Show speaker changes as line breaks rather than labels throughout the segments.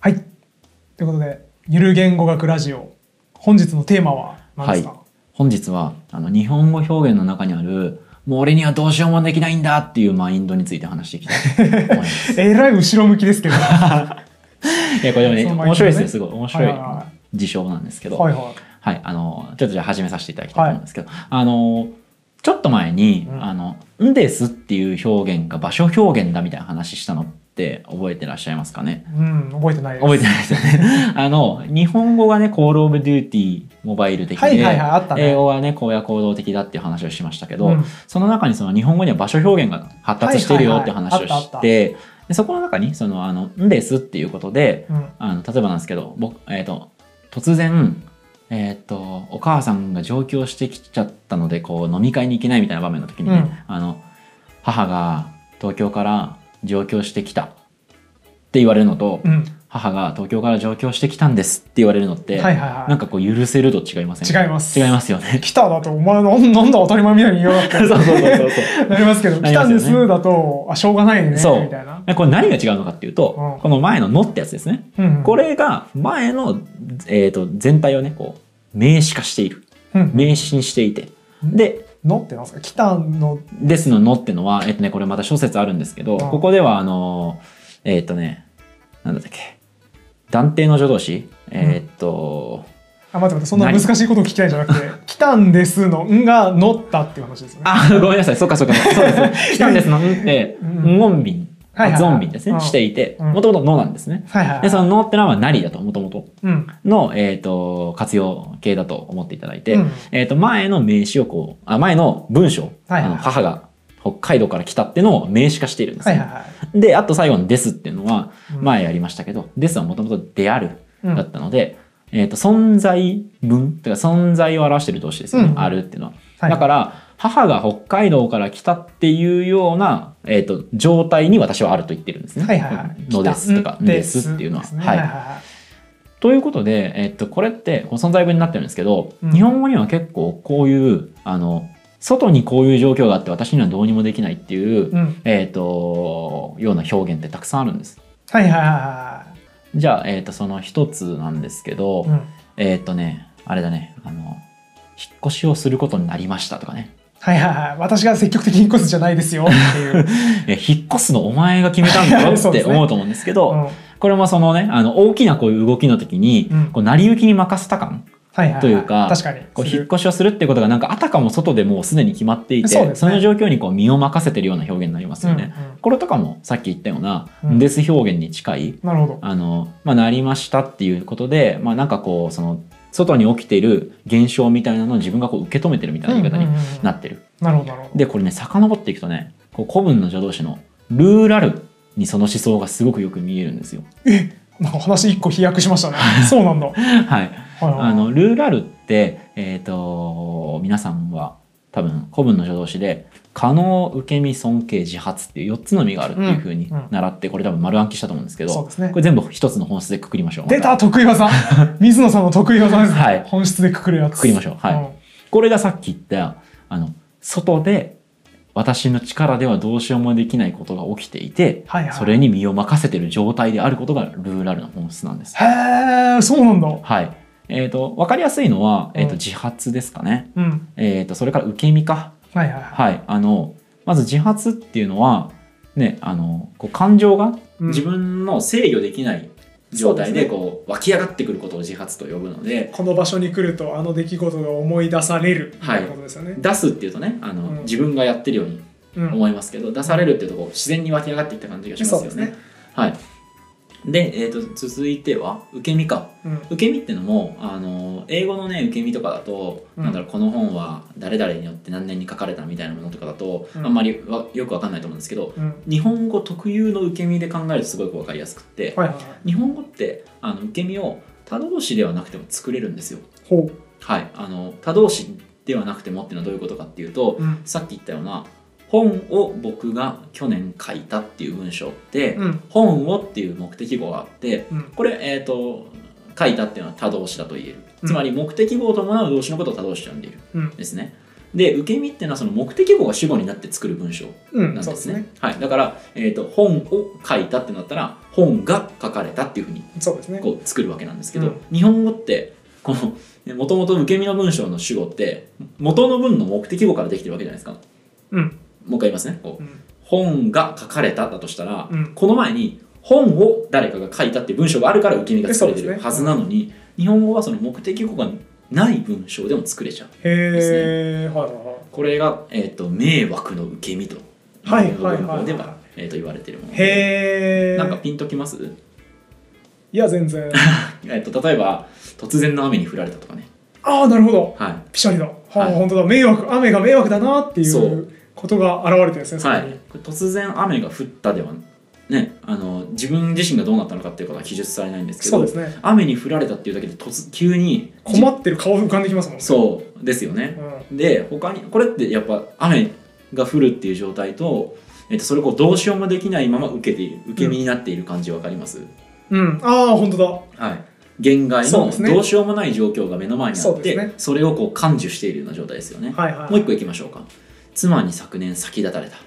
はい。ということで、ゆる言語学ラジオ、本日のテーマは何ですか、
は本日はあの日本語表現の中にあるもう俺にはどうしようもできないんだっていうマインドについて話していきたいと思いま す
えらい後ろ向きです けど。はい
やこれでもね
そのマインドね
面白いですねすごい面
い
白い
は
事象なんですけ
い
ど
はい。は
はい、あのちょっとじゃあ始めさせていただきたいと思うんですけど、あのちょっと前に「
うん
あのんです」っていう表現が場所表現だみたいな話したのって覚えてらっしゃいますかね
い。うん、覚えてないです。
覚えてないですよね。あの日本語がね「コール・オブ・デューティー」モバイル的で、
はいはいはい、あったね。
英語はね荒野行動的だっていう話をしましたけど、
うん
その中にその日本語には場所表現が発達してるよっていう話を
はいはいはいあっ
した
あって
でそこの中にそのあの「んです」っていうことで
うん
あの例えばなんですけど僕、えー、と突然、えー、とお母さんが上京してきちゃったのでこう飲み会に行けないみたいな場面の時にね、あの母が東京から上京してきたって言われるのと、
うん。
母が東京から上京してきたんですって言われるのって、
はいはいはい。
なんかこう許せると違いません
違います。
違います よね。
来ただと、お前なんなんだ当たり前みたいに言わなく
そうそうそうそうそう
てなりますけど、
な
来
り
た
ま
ん
す
で
よね
すだと、あ、しょうがないね、み
そう
たいな。
でこれ何が違うのかっていうと、
うん
この前の「の」ってやつですね。
うんうん
こ、れが前の、えー、と全体をねこう名詞化している。
うん、
名詞にしていてで
のってなんですか来たの、
「です」の「の」ってのは、えっとね、これまた諸説あるんですけど
うん
ここではあのえっとねなんだったっけ断定の助動詞えっと、
あ、待って待って、そんな難しいことを聞きたいんじゃなくて、来たんですの、んが、のったっていう話ですよね。
あごめんなさいそうかそうかそうです来たんですの「ん」って
うん
音便
はいはいはい
発音便です
うん
ねしていて
うん
もともと「の」なんですね
はいはいはい。
でその「の」ってのは「なり」だともともと
うん。
の、えっと活用形だと思っていただいて、
うん
えっと前の名詞をこうあ前の文章、
はいはい
あの母が北海道から来たってのを名詞化しているんです
は
ね
いはいはい。
で、あと最後のですっていうのは、
うん
前やりましたけど、ですはもともとである
うん
だったので、えっ、と、存在文というか存在を表している動詞ですよね、
うん
あるっていうのは。
はい
だから、母が北海道から来たっていうような、えっ、と、状態に私はあると言ってるんですね。
はいはいはい。
のですとか、
来たん
ですっていうのは。
ですね
はい。ということで、えっ、と、これってこう存在文になってるんですけど、
うん
日本語には結構こういう、あの、外にこういう状況があって私にはどうにもできないっていう、
うん。
えっ、と、ような表現ってたくさんあるんです。
はいはいは
じゃあ、えっ、と、その一つなんですけど、
いはい。うん
えっ、とね、あれだね、あの、引っ越しをすることになりましたとかね。
はいはいはい。私が積極的に引っ越すじゃないですよっていう。
いや引っ越すのお前が決めたんだ ろ
そう
っ
で
て
すね
思うと思うんですけ
う
ど、
んはい
これもそのね、あの、大きなこういう動きの時に、
うん
こう、成り行きに任せた感。
はいは。
というか
確かに。
こう、
する
引っ越しをするってことがなんか、あたかも外でもうすでに決まっていて、
そうですね
の状況にこう、身を任せてるような表現になりますよね。
うんうん
これとかもさっき言ったような、
うん
です表現に近い、
なるほど。
あの、まあ、なりましたっていうことで、まあ、なんかこう、その、外に起きている現象みたいなのを自分がこう受け止めてるみたいな言い方
うんう
に
んうん
なってる。
なるほどなるほど。
で、これね、遡っていくとね、こう古文の助動詞のルーラルにその思想がすごくよく見えるんですよ。
なんか話一個飛躍しましたね。そうなんだ。はい
はい。
はい
あの、ルーラルって、えっ、と、皆さんは多分古文の助動詞で、可能、受け身、尊敬、自発っていう4つの意味があるっていうふうに
うんうん
習って、これ多分丸暗記したと思うんですけど、
そうですね
これ全部一つの本質でくくりましょう。
出た得意 技水野さんの得意技ですね、
はい
本質でくくるやつ
くくりましょうはいこれがさっき言った、あの、外で私の力ではどうしようもできないことが起きていて、
はいはい
それに身を任せてる状態であることがルーラルの本質なんです。
うんへえそうなんだ
はい。えっ、と、わかりやすいのは、えっ、
う
と、
ん
自発ですかね。
うん
えっ、と、それから受け身か。
はいはいはい
はい。あの、まず自発っていうのは、ね、あの、こう感情が
うん
自分の制御できない状態
そ
で、
うです
こう、湧き上がってくることを自発と呼ぶので、
この場所に来るとあの出来事が思い出される
は
っ
い
てことですよね、
出すっていうとね、あの、
うん
自分がやってるように
うん
思いますけど、出されるっていうとこう自然に湧き上がってきた感じがしますよ
そうで
ね。
すね、
はい、で、えー、と続いては受け身か
うん、
受け身ってのもあの英語のね受け身とかだと、
うん
なんだろうこの本は誰々によって何年に書かれたみたいなものとかだと、
うん
あんまりわよくわかんないと思うんですけど
うん
日本語特有の受け身で考えるとすごくわかりやすくって、
はいはいはい
日本語ってあの受け身を他動詞ではなくても作れるんですよ。
ほ
はい、あの他動詞ではなくてもっていうのはどういうことかっていうと、
ううん
さっき言ったような本を僕が去年書いたっていう文章って、
うん
本をっていう目的語があって
うん
これ、えー、と書いたっていうのは他動詞だと言える
うん
つまり目的語を伴う動詞のことを他動詞と呼んでいる
うん
んですね、で受け身っていうのはその目的語が主語になって作る文章
うん、
なん
そ
で
うですす
ね。
ね。
はい、だから、えー、と本を書いたってなったら本が書かれたっていうふうに
そうですね。
こう作るわけなんですけど、
うん
日本語ってこの もともと受け身の文章の主語って元の文の目的語からできてるわけじゃないですか。も
うん、
う一回言いますね。こう
うん、
本が書かれただとしたら、
うん
この前に本を誰かが書いたっていう文章があるから受け身が作れて
そう
る
ですね
はずなのに、日本語はその目的語がない文章でも作れちゃう。
へえ、はいはいはい。
これが、えー、と迷惑の受け身と
はいはいはい
日本語では、えー、と言われてるもので
へえ。
なんかピンときます、
いや全然。
えー、と例えば突然の雨に降られたとかね、
ああなるほど。
は
ピシャリだ。はあ、
はい
本当だ。迷惑雨が迷惑だなってい
そうう
ことが現れてるんですね。
い
そこ
は
に
い、これ突然雨が降ったでは、ね、あの自分自身がどうなったのかっていうことは記述されないんですけ
そう
ど
ですね。
雨に降られたっていうだけで突急に
困ってる顔浮かんできますもんね。
そうですよね、で他にこれってやっぱ雨が降るっていう状態と,、えー、とそれをこうどうしようもできないまま受けている受け身になっている感じわかります、
うん。うん。ああ本当だ。
はい、限界
そう
の
ですね
どうしようもない状況が目の前にあ
そ
っ
う
て
です
そ,、
ね
れをこう感受しているような状態ですよね、
はいはい。
もう一個いきましょうか妻に昨年先立たれ
あ
たね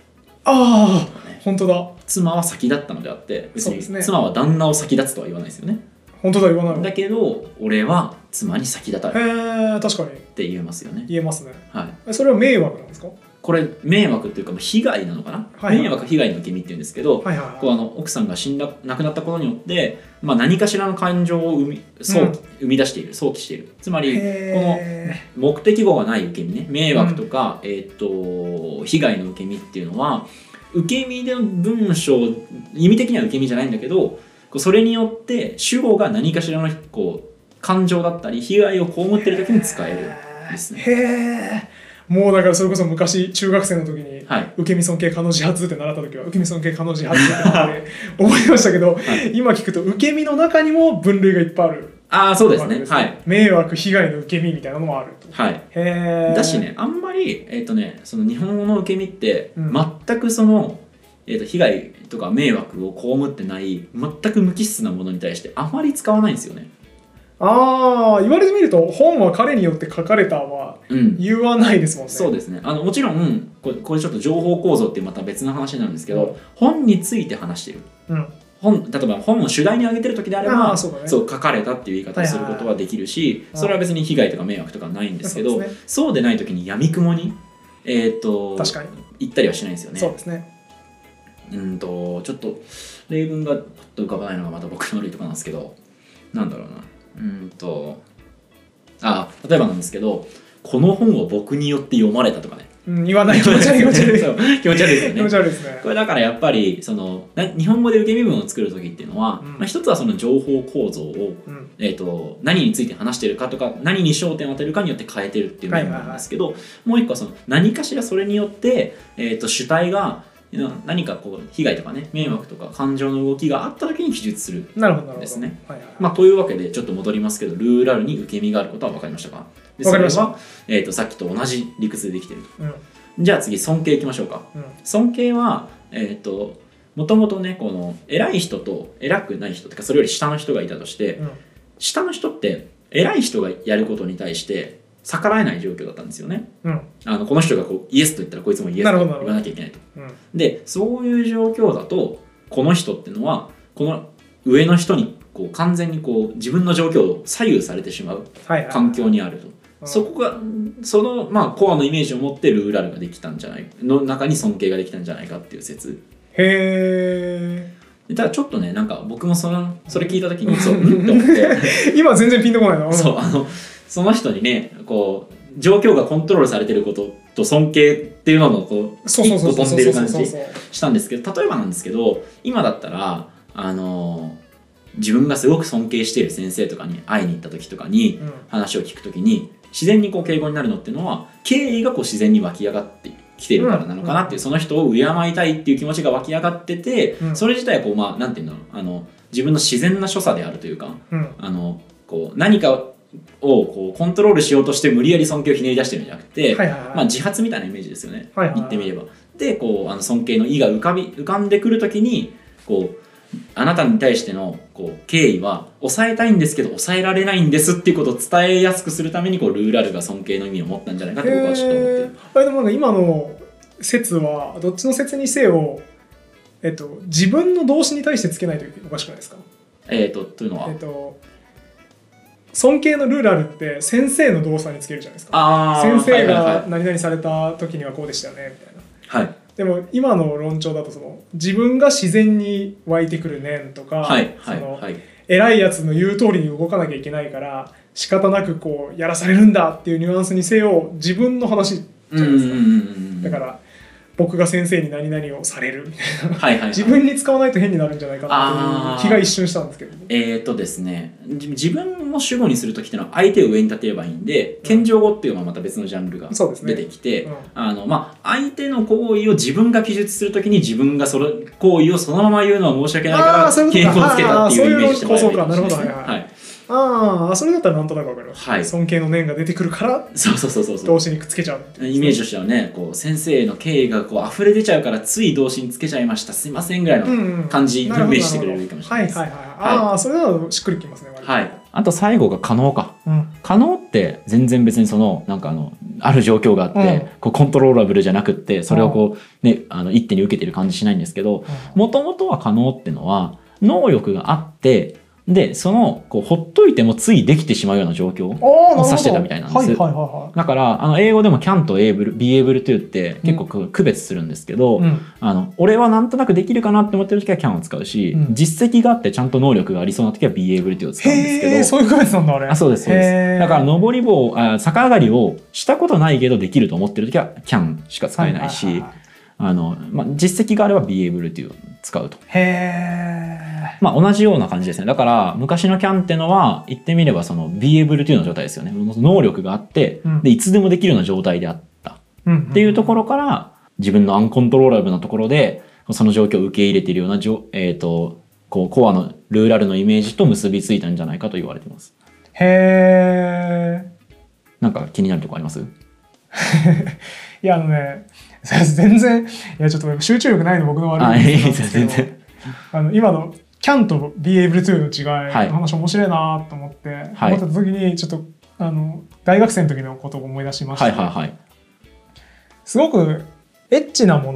あ本当だ。
妻は先立ったのであって別
そう
に
ですね
妻は旦那を先立つとは言わないですよね
本当だ言わないわ。
だけど俺は妻に先立たれっ
へえ確かに
て言えますよね、
言えますね。
はい、
えそれは迷惑なんですか。は
これ迷惑というかまあ被害なのかな、
はいはい
迷惑被害の気味って言うんですけど、
いはいはい。
こうあの奥さんが死んだ亡くなったことによって、まあ、何かしらの感情を生み想起生み出している想起しているつまりこの
へ
目的語がない受け身ね迷惑とか、えーっと被害の受け身っていうのは受け身での文章意味的には受け身じゃないんだけどこうそれによって主語が何かしらのこう感情だったり被害を被ってる時に使える
え
ですね
へえもうだからそれこそ昔中学生の時に
はい
受け身尊敬可能自発って習った時は受け身尊敬可能自発って言って覚えましたけど、今聞くと受け身の中にも分類がいっぱいある
ああそうです
わけ
ねはい
迷惑被害の受け身みたいなのもあると
はい
へえ
だしねあんまりえーっ、とねその日本語の受け身って
うん
全くその、えーっと被害とか迷惑を被ってない全く無機質なものに対してあまり使わないんですよね
ああ言われてみると本は彼によって書かれたは
うん
言わないですもんね
そう
う
ですねあのもちろんこれこれちょっと情報構造ってまた別の話になるんですけど、本について話してる
うん
本例えば本を主題に挙げてる時であれば
あーそうだね
書かれたっていう言い方をすることはできるし、
はい
それは別に被害とか迷惑とかないんですけど
そう
そう
で
です
ね
ない時にやみくもに、えー、と
確かに
行ったりはしないんですよね
そうですね
うんとちょっと例文がパッと浮かばないのがまた僕の悪いとこなんですけどなんだろうなうんとあ例えばなんですけどこの本を僕によって読まれたとかね
うん、言わない 気持ち悪い気持ち悪い
そう気持ち悪いですよ
気持
ね
ち悪いですね
これだからやっぱりそのな日本語で受け身文を作る時っていうのは、
うん
まあ、一つはその情報構造を、
うん
えー、と何について話してるかとか何に焦点を当てるかによって変えてるっていう面もあるんですけど、もう一個はその何かしらそれによって、えー、と主体がな何かこう被害とかね迷惑とか感情の動きがあった時に記述する。
なるほどなるほど
ですね
はいはい
まあ、というわけでちょっと戻りますけどルーラルに受け身があることは分かりましたかで
分かりました
それは、えー、とさっきと同じ理屈でできてると
うん
じゃあ次尊敬いきましょうか
うん
尊敬はえっ、ともともとねこの偉い人と偉くない人とかそれより下の人がいたとして
うん
下の人って偉い人がやることに対して逆らえない状況だったんですよね
うん
あのこの人がこうイエスと言ったらこいつもイエス
な
と
る
言
ほどなるほど
わなきゃいけないと
うん
でそういう状況だとこの人ってのはこの上の人にこう完全にこう自分の状況を左右されてしまう
はいはい
環境にあると
うん
そこがそのまあコアのイメージを持ってルーラルができたんじゃないの中に尊敬ができたんじゃないかっていう説
へ
でただちょっとねなんか僕もそのそれ聞いた時にそううんって 思って
え今全然ピンとこないな
そうあのその人にねこう状況がコントロールされてることと尊敬っていうののこう
そうそ
一
うそ
個
うそう
飛
そ
ん
うそう
でる
そ
感
う
じしたんですけど例えばなんですけど今だったらあの自分がすごく尊敬している先生とかに会いに行った時とかに、
うん
話を聞くときに自然にこう敬語になるのっていうのは敬意がこう自然に湧き上がってきてるからなのかなっていう、その人を敬いたいっていう気持ちが湧き上がってて、
うん
それ自体はこうまあなんていうんだろうあの自分の自然な所作であるというか
うん
あのこう何かをこうコントロールしようとして無理やり尊敬をひねり出してるんじゃなくて、
はいはいはい
まあ、自発みたいなイメージですよね、
はいはいはい
言ってみれば。でこうあの尊敬の意が浮かび浮かんでくるときにこうあなたに対してのこう敬意は抑えたいんですけど抑えられないんですっていうことを伝えやすくするためにこうルーラルが尊敬の意味を持ったんじゃないかと僕はちょっ
へ
と思ってる
ーあれでもね今の説はどっちの説にせよ、えっと、自分の動詞に対してつけないとおかしくないですか、
えっ、とというのは、
えっと、尊敬のルーラルって先生の動作につけるじゃないですか
ああ
先生
はいは
が
い
何々された時にはこうでしたよねみたいな
はい、はい
でも今の論調だとその自分が自然に湧いてくるねんとか、
はい
そ
はい
の
はい
偉いやつの言う通りに動かなきゃいけないから仕方なくこうやらされるんだっていうニュアンスにせよ自分の話じゃ
うん
な
う
い
ん
ですか、だ
うんうん
から僕が先生に何々をされるみたいな
はいはいはい
自分に使わないと変になるんじゃないかなという気が一瞬したんですけどね、
えー、とですねじ自分を主語にする時っていうのは相手を上に立てればいいんで謙譲語っていうのはまた別のジャンルが
そうですね
出てきて、
うん
あのまあ、相手の行為を自分が記述する時に自分がその行為をそのまま言うのは申し訳ないか
あ
ら
ーそういうことか
敬語をつけたっていうイメージしてもらえばいいかもしれないですね
あーそういう構想かなるほど
は
はい
い、
ああそれだったらなんとなくわかるわ、
はい
尊敬の念が出てくるから
そうそうそうそうそう
動詞にくっつけちゃうっていう
イメージとしてはねこう先生の敬意がこう溢れ出ちゃうからつい動詞につけちゃいましたすいませんぐらいの
うんうん
感じに
なるほど
イメージしてくれるかもしれないです
ははいはいはいああ、それならしっくりきますね割と
はい、あと最後が可能か
うん
可能って全然別にそのなんかあのある状況があって、
うん
こうコントローラブルじゃなくってそれをこう、ね、あの一手に受けてる感じしないんですけどもともとは可能ってのは能力があってでそのこうほっといてもついできてしまうような状
ああ
況
なるほど
指してたみたいなんです
はいはいは
だからあの英語でも can と able be able to って結構こう区別するんですけど、
いはい、うん
あの俺はなんとなくできるかなって思ってる時は can を使うし、
うん
実績があってちゃんと能力がありそうな時は be able to を使うんですけど
へえそういう区別なんだあれ
あそうですそうで
へ
す
ー
だから上り棒あ逆上がりをしたことないけどできると思ってる時は can しか使えない
はは
し
は
あの、まあ、実績があれば be able to 使うと、
へえ
まあ、同じような感じですねだから昔の can ってのは言ってみればその be able to の状態ですよね能力があって
うん
でいつでもできるような状態であったっ
って
いうところから自分のアンコントローラブなところでその状況を受け入れているようなじょ、えー、とこうコアのルーラルのイメージと結びついたんじゃないかと言われてます
へえ
なんか気になるとこあります
いやあのね 全然いやちょっと集中力ないの僕の悪いんですけ
あいいです全
ど
然
あの今の CAN と BeAble2 の違いの話面白いなと思って、
はい
思った時にちょっとあの大学生の時のことを思い出しました、
はいはいはい
すごくエッチなも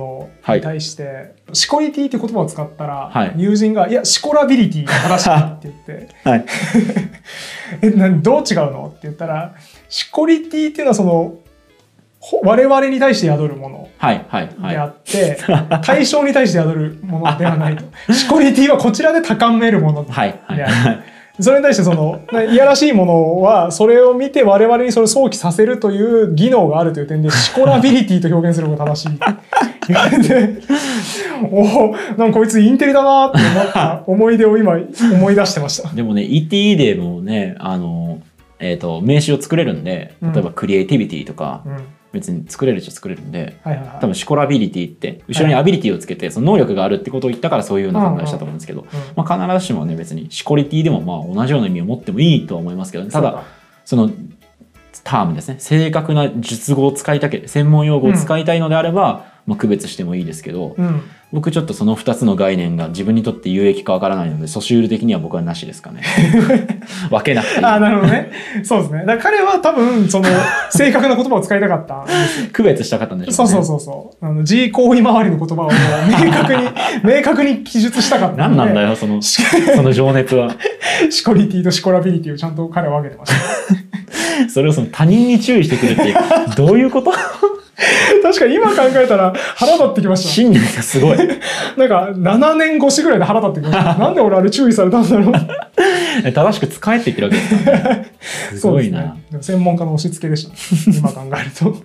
のに対して、シコリティって言葉を使ったら、
はい
友人が「いやシコラビリティが正しい」って言って
はい。
「え何どう違うの?」って言ったらシコリティっていうのはそのほ我々に対して宿るもの
はいはいは
であ
い。
って、対象に対して宿るものでは ないとシコリティはこちらで高めるもの
はいはい
いやそれに対してそのないやらしいものはそれを見て我々にそれを想起させるという技能があるという点でシコラビリティと表現するのが正しいって言われておおなんかこいつインテリだなって思った思い出を今思い出してました。
でもね、ETE でもね、あの、えっ、と、名詞を作れるんで、例えばクリエイティビティとか、
うん、はい
別に作れるっちゃ作れるんで、
はいはい
多分シコラビリティって、後ろにアビリティをつけて、その能力があるってことを言ったからそういうような考えをしたと思うんですけど、
うん
まあ必ずしもね、別にシコリティでもまあ同じような意味を持ってもいいとは思いますけどね、た
そう
だ
か、
その、タームですね正確な術語を使いたけ専門用語を使いたいのであれば、まあ、区別してもいいですけど、
うん、
僕ちょっとその2つの概念が自分にとって有益かわからないのでソシュール的には僕はなしです かね分けなくてい
ああ
い
なるほどねそうですねだから彼は多分その正確な言葉を使いたかったんですよ
区別したかったんでし
そ
ょう
う
ね
そうそうそうあの G 行為周りの言葉を明確に明確に記述したかった
何
で
なんだよ そのその情熱は
シコリティとシコラビリティをちゃんと彼は分けてま した。
それをその他人に注意してくるっていうどういうこと
確かに今考えたら腹立ってきまし
信念がすごい
た。なんか7年越しぐらいで腹立ってきま した。なんで俺あれ注意されたんだろう。
正しく使えって言ってるわけですからねす
そう
ご
で
い
す
な、
ね。でも専門家の押し付けでした。 今考えると。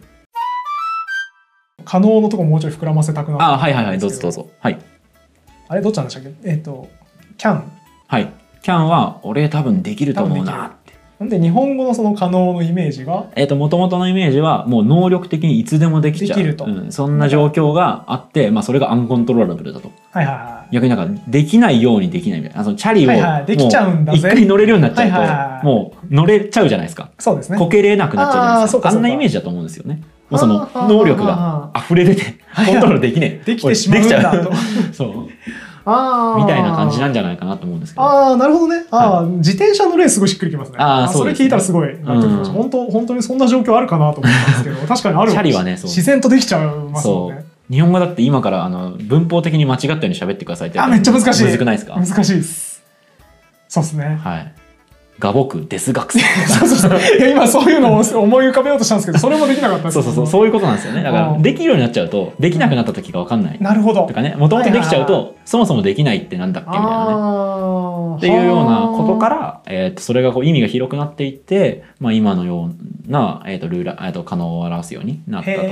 可能のとこもうちょい膨らませたくなった
あはいはいはいどうぞどう。ぞはい
あれどっちなんでしたっけえっ、と、can。
はいキャンは俺多分できると思うなって
なんで日本語のその可能のイメージが、
えっと元々のイメージはもう能力的にいつでもできちゃう
できると
うん、そんな状況があって、まあ、それがアンコントローラブルだと
はいはいはい。
逆になんかできないようにできないみたいなあそのチャリを
はいはいできちゃうんだ
も
ぜ
一回乗れるようになっちゃうと、
はいはいはい
もう乗れちゃうじゃないですか
そうですね。
こけれなくなっちゃうじゃないですか
あーそうか
あ
そうんか
なイメージだと思うんですよねもうその
はあはあ
能力
はあ
が溢れ出てコントロールできねえ
できてしまうん
俺
だ
で
と
きちゃうそう
あー
みたいな感じなんじゃないかなと思うんですけど。
ああ、なるほどね。ああ、自転車のレースすごいしっくりきますね。
あーそう
れ
です
聞
ね
いたらすごい納得しました。
うん
本当、本当にそんな状況あるかなと思ったんですけど、確かにあるわ
チャリはねそう
自然とできちゃいますもんね。
日本語だって今からあの文法的に間違ったように喋ってくださいって
あ、めっちゃ難しい。
難くないですか
難しいです。そうですね。
はい。画僕です学生。
そうそうそう。いや、今そういうのを思い浮かべようとしたんですけど、それもできなかったです
そうそうそう、そういうことなんですよね。だか
う
ら
ん
できるようになっちゃうと、できなくなった時がわかんない。
なるほど。
とかね、もともとできちゃう
はい
と、そもそもできないってなんだっけみたいなね。
ああ。。
っていうようなことからら、えー、とそれがこう意味が広くなっていって、まあ、今のような、えー、とルーラえー、と可能を表すようになったと
へ
い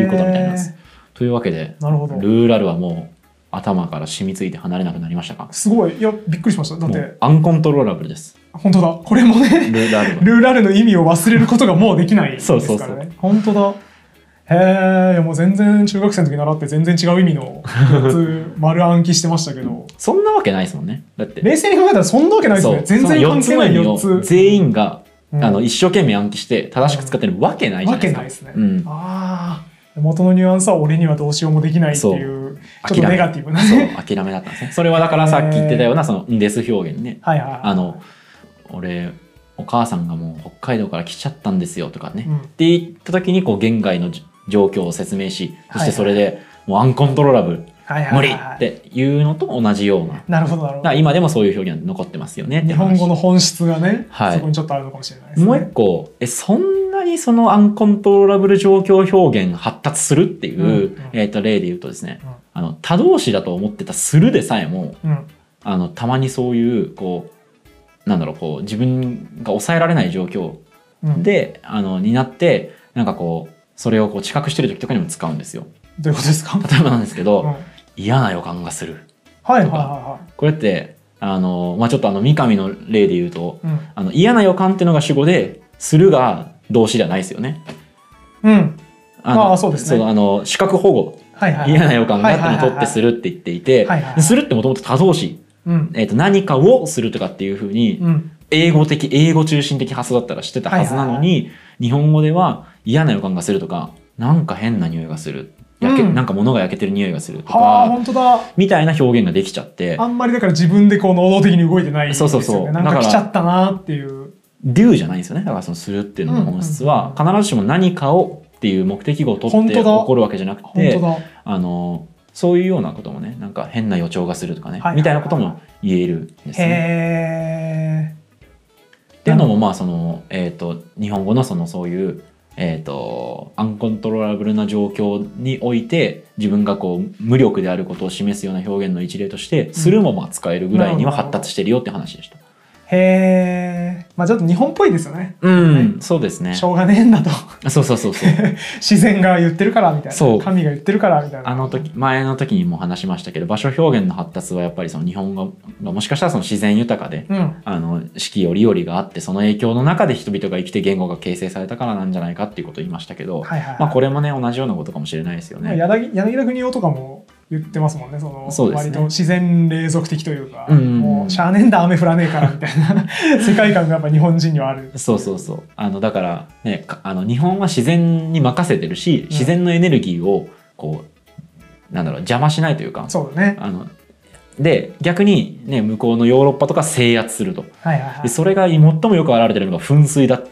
え。
うことみたいなんです。というわけで、
なるほど。
ルーラルはもう頭から染みついて離れなくなりましたか
すごい。いや、びっくりしました。だっ
も
て
う、アンコントローラブルです。
本当だ。これもね。
ルーラルは。
ルーラルの意味を忘れることがもうできないですから
そう
ね。
そうそう
本当だ。へえ、もう全然中学生の時習って全然違う意味のやつ丸暗記してましたけど、
そんなわけないですもんね。だって。
冷静に考えたらそんなわけないですね。全然関係ない
その
4
四つの意味を
つ。
全員が、
うん
あの一生懸命暗記して正しく使ってるわけないじゃ
わ
な
け
いですか。
ないですね。
うん
ああ、元のニュアンスは俺にはどうしようもできないっていう、ちょ
そ
っ
う
とネガティブな
そう
ね。
諦めだったんですね。 それはだからさっき言ってたようなその「んです」表現ね。
はいはいはい。
あの俺お母さんがもう北海道から来ちゃったんですよとかね。
うん、
って言った時にこう現外のじ状況を説明しそし
はいはい
てそれでもうアンコントローラブル
はいはい
無
は
理
い
っ
はい。
ていうのと同じような。だ
なるほどなるほ
か
ど
ら。今でもそういう表現は残ってますよねって
日
話
本語の本質がね、
はい
そこにちょっとあるのかもしれないですね。
もう一個えそんなにそのアンコントローラブル状況表現発達するっていう、
うんうん
えー、と例で言うとですね、
うん
あの他動詞だと思ってた「する」でさえも
うん、
あのたまにそういうこうなんだろうこう自分が抑えられない状況
うん、
で、あのになってなんかこうそれをこう知覚してる時とかにも使うんですよ。
どういうことですか、うん、
例えばなんですけど、
はい
嫌な予感がする
はいはいは
これってあの、まあ、ちょっとあの三上の例で言うと
い。うん
あの嫌な予感っていうのが主語で「する」が動詞ではないですよね。
うん。
の
ああそうですね
あの視覚保護
はいはい。
嫌な予感があってのを取ってす
る。
るって言っていて、
はいはいはい
するってもともと多動詞、
うん。
えー、と何かをするとかっていうふうに
うん。
英語的英語中心的発想だったらしてたはずなのに、日本語では嫌な予感がするとかなんか変な匂いがする焼け、
うん
なんか物が焼けてる匂いがすると
はあ、
か
本当だ。
みたいな表現ができちゃって
あんまりだから自分でこう能動的に動いてないですよね。
そうそうそう
なん
だ
か
から
来ちゃったなっていう。
「do」じゃないんですよねだからその「する」っていうのの本質は
う
必ずしも何かをっていう目的語を取
本
って
当
起
だ
こるわけじゃなく
本
て
当だ。
あのそういうようなこともねなんか変な予兆がするとか
は
ね、
いはいはい
みたいなことも言えるんです
へ
ね。
え。
っていうのもまあその、えー、と日本語のそのそういう、えー、とアンコントローラブルな状況において自分がこう無力であることを示すような表現の一例として、するもまあ使えるぐらいには
なるほ
発
ど
達してるよって話でした。
へえ。まあちょっと日本っぽいですよね。
うん、そうですね。
し
そ
ょうがねえんだと。
うそうそうそう。
自然が言ってるからみたい
そ
な。
う
神が言ってるからみたいな。
あの時前の時にも話しましたけど場所表現の発達はやっぱりその日本語がもしかしたらその自然豊かで
うん。
あの四季折々があってその影響の中で人々が生きて言語が形成されたからなんじゃないかっていうことを言いましたけど、
はいはいはい。
まあ、これもね同じようなことかもしれないですよね。
柳柳田国男とかも言ってますもんねその
そうですね
割と自然連続的というか、
うんうんうん
もうしゃあねえんだ雨降らねえからみたい な世界観がやっぱ日本人にはある
そうそうそうあのだから、ね、かあの日本は自然に任せてるし自然のエネルギーをこうなんだろう邪魔しないというか
そうだね
あので逆に、ね、向こうのヨーロッパとか制圧すると
はいはいは
で
い
それが最もよく表れてるのが噴水だ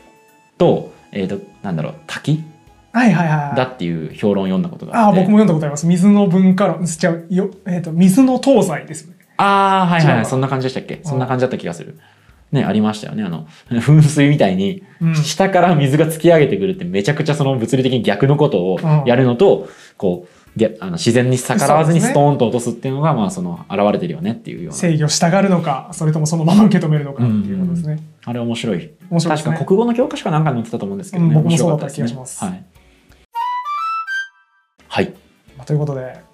と,、えー、となんだろう滝
はいはいはい
だっていう評論を読んだことが
あ
あ
あ
って
僕も読んだことあります水の文化論違うよ、えー、と水の東西ですよね
ああ、はいはい
違う
は
の
い。そんな感じでしたっけそんな感じだった気がする。ね、ありましたよね。あの、 噴水みたいに、
うん
下から水が突き上げてくるってめちゃくちゃその物理的に逆のことを
うん
やるのと、こう、ぎゃあの自然に逆らわずに
そうですね
ストーンと落とすっていうのが、まあ、その、現れてるよねっていうような。
制御したがるのかそれともそのまま受け止めるのかっていうことですね、
あれ面白い。
面白いです
確
ね
か国語の教科書かなんかに載ってたと思うんですけどね。
うん僕も
面白
そう
か
だっ
ったた
気がします
ですねはい。はい。
まあということで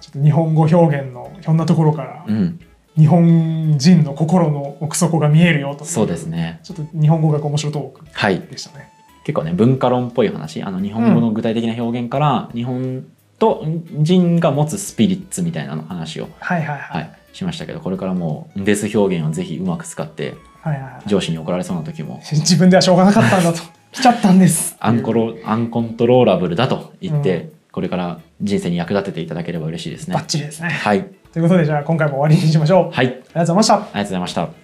ちょっと日本語表現のひょんなところから、
うん。
日本人の心の奥底が見えるよと
そうですね。
ちょっと日本語学面白トー
はい
ク。でしたね。
結構ね文化論っぽい話あの日本語の具体的な表現から、日本と人が持つスピリッツみたいなの話を、
はいはいは。
はいい、しましたけどこれからもデス表現をぜひうまく使って
はいはいはい、
上司に怒られそうな時も
自分ではしょうがなかったんだ と。来ちゃったんです。
アンコロアンコントローラブルだと言って、
う
これから人生に役立てていただければ嬉しいです
バ
ね
ッ。チリですね。
はい
ということで、じゃあ今回も終わりにしましょう。あり
はい、ありがと
がとうございました。
うございました。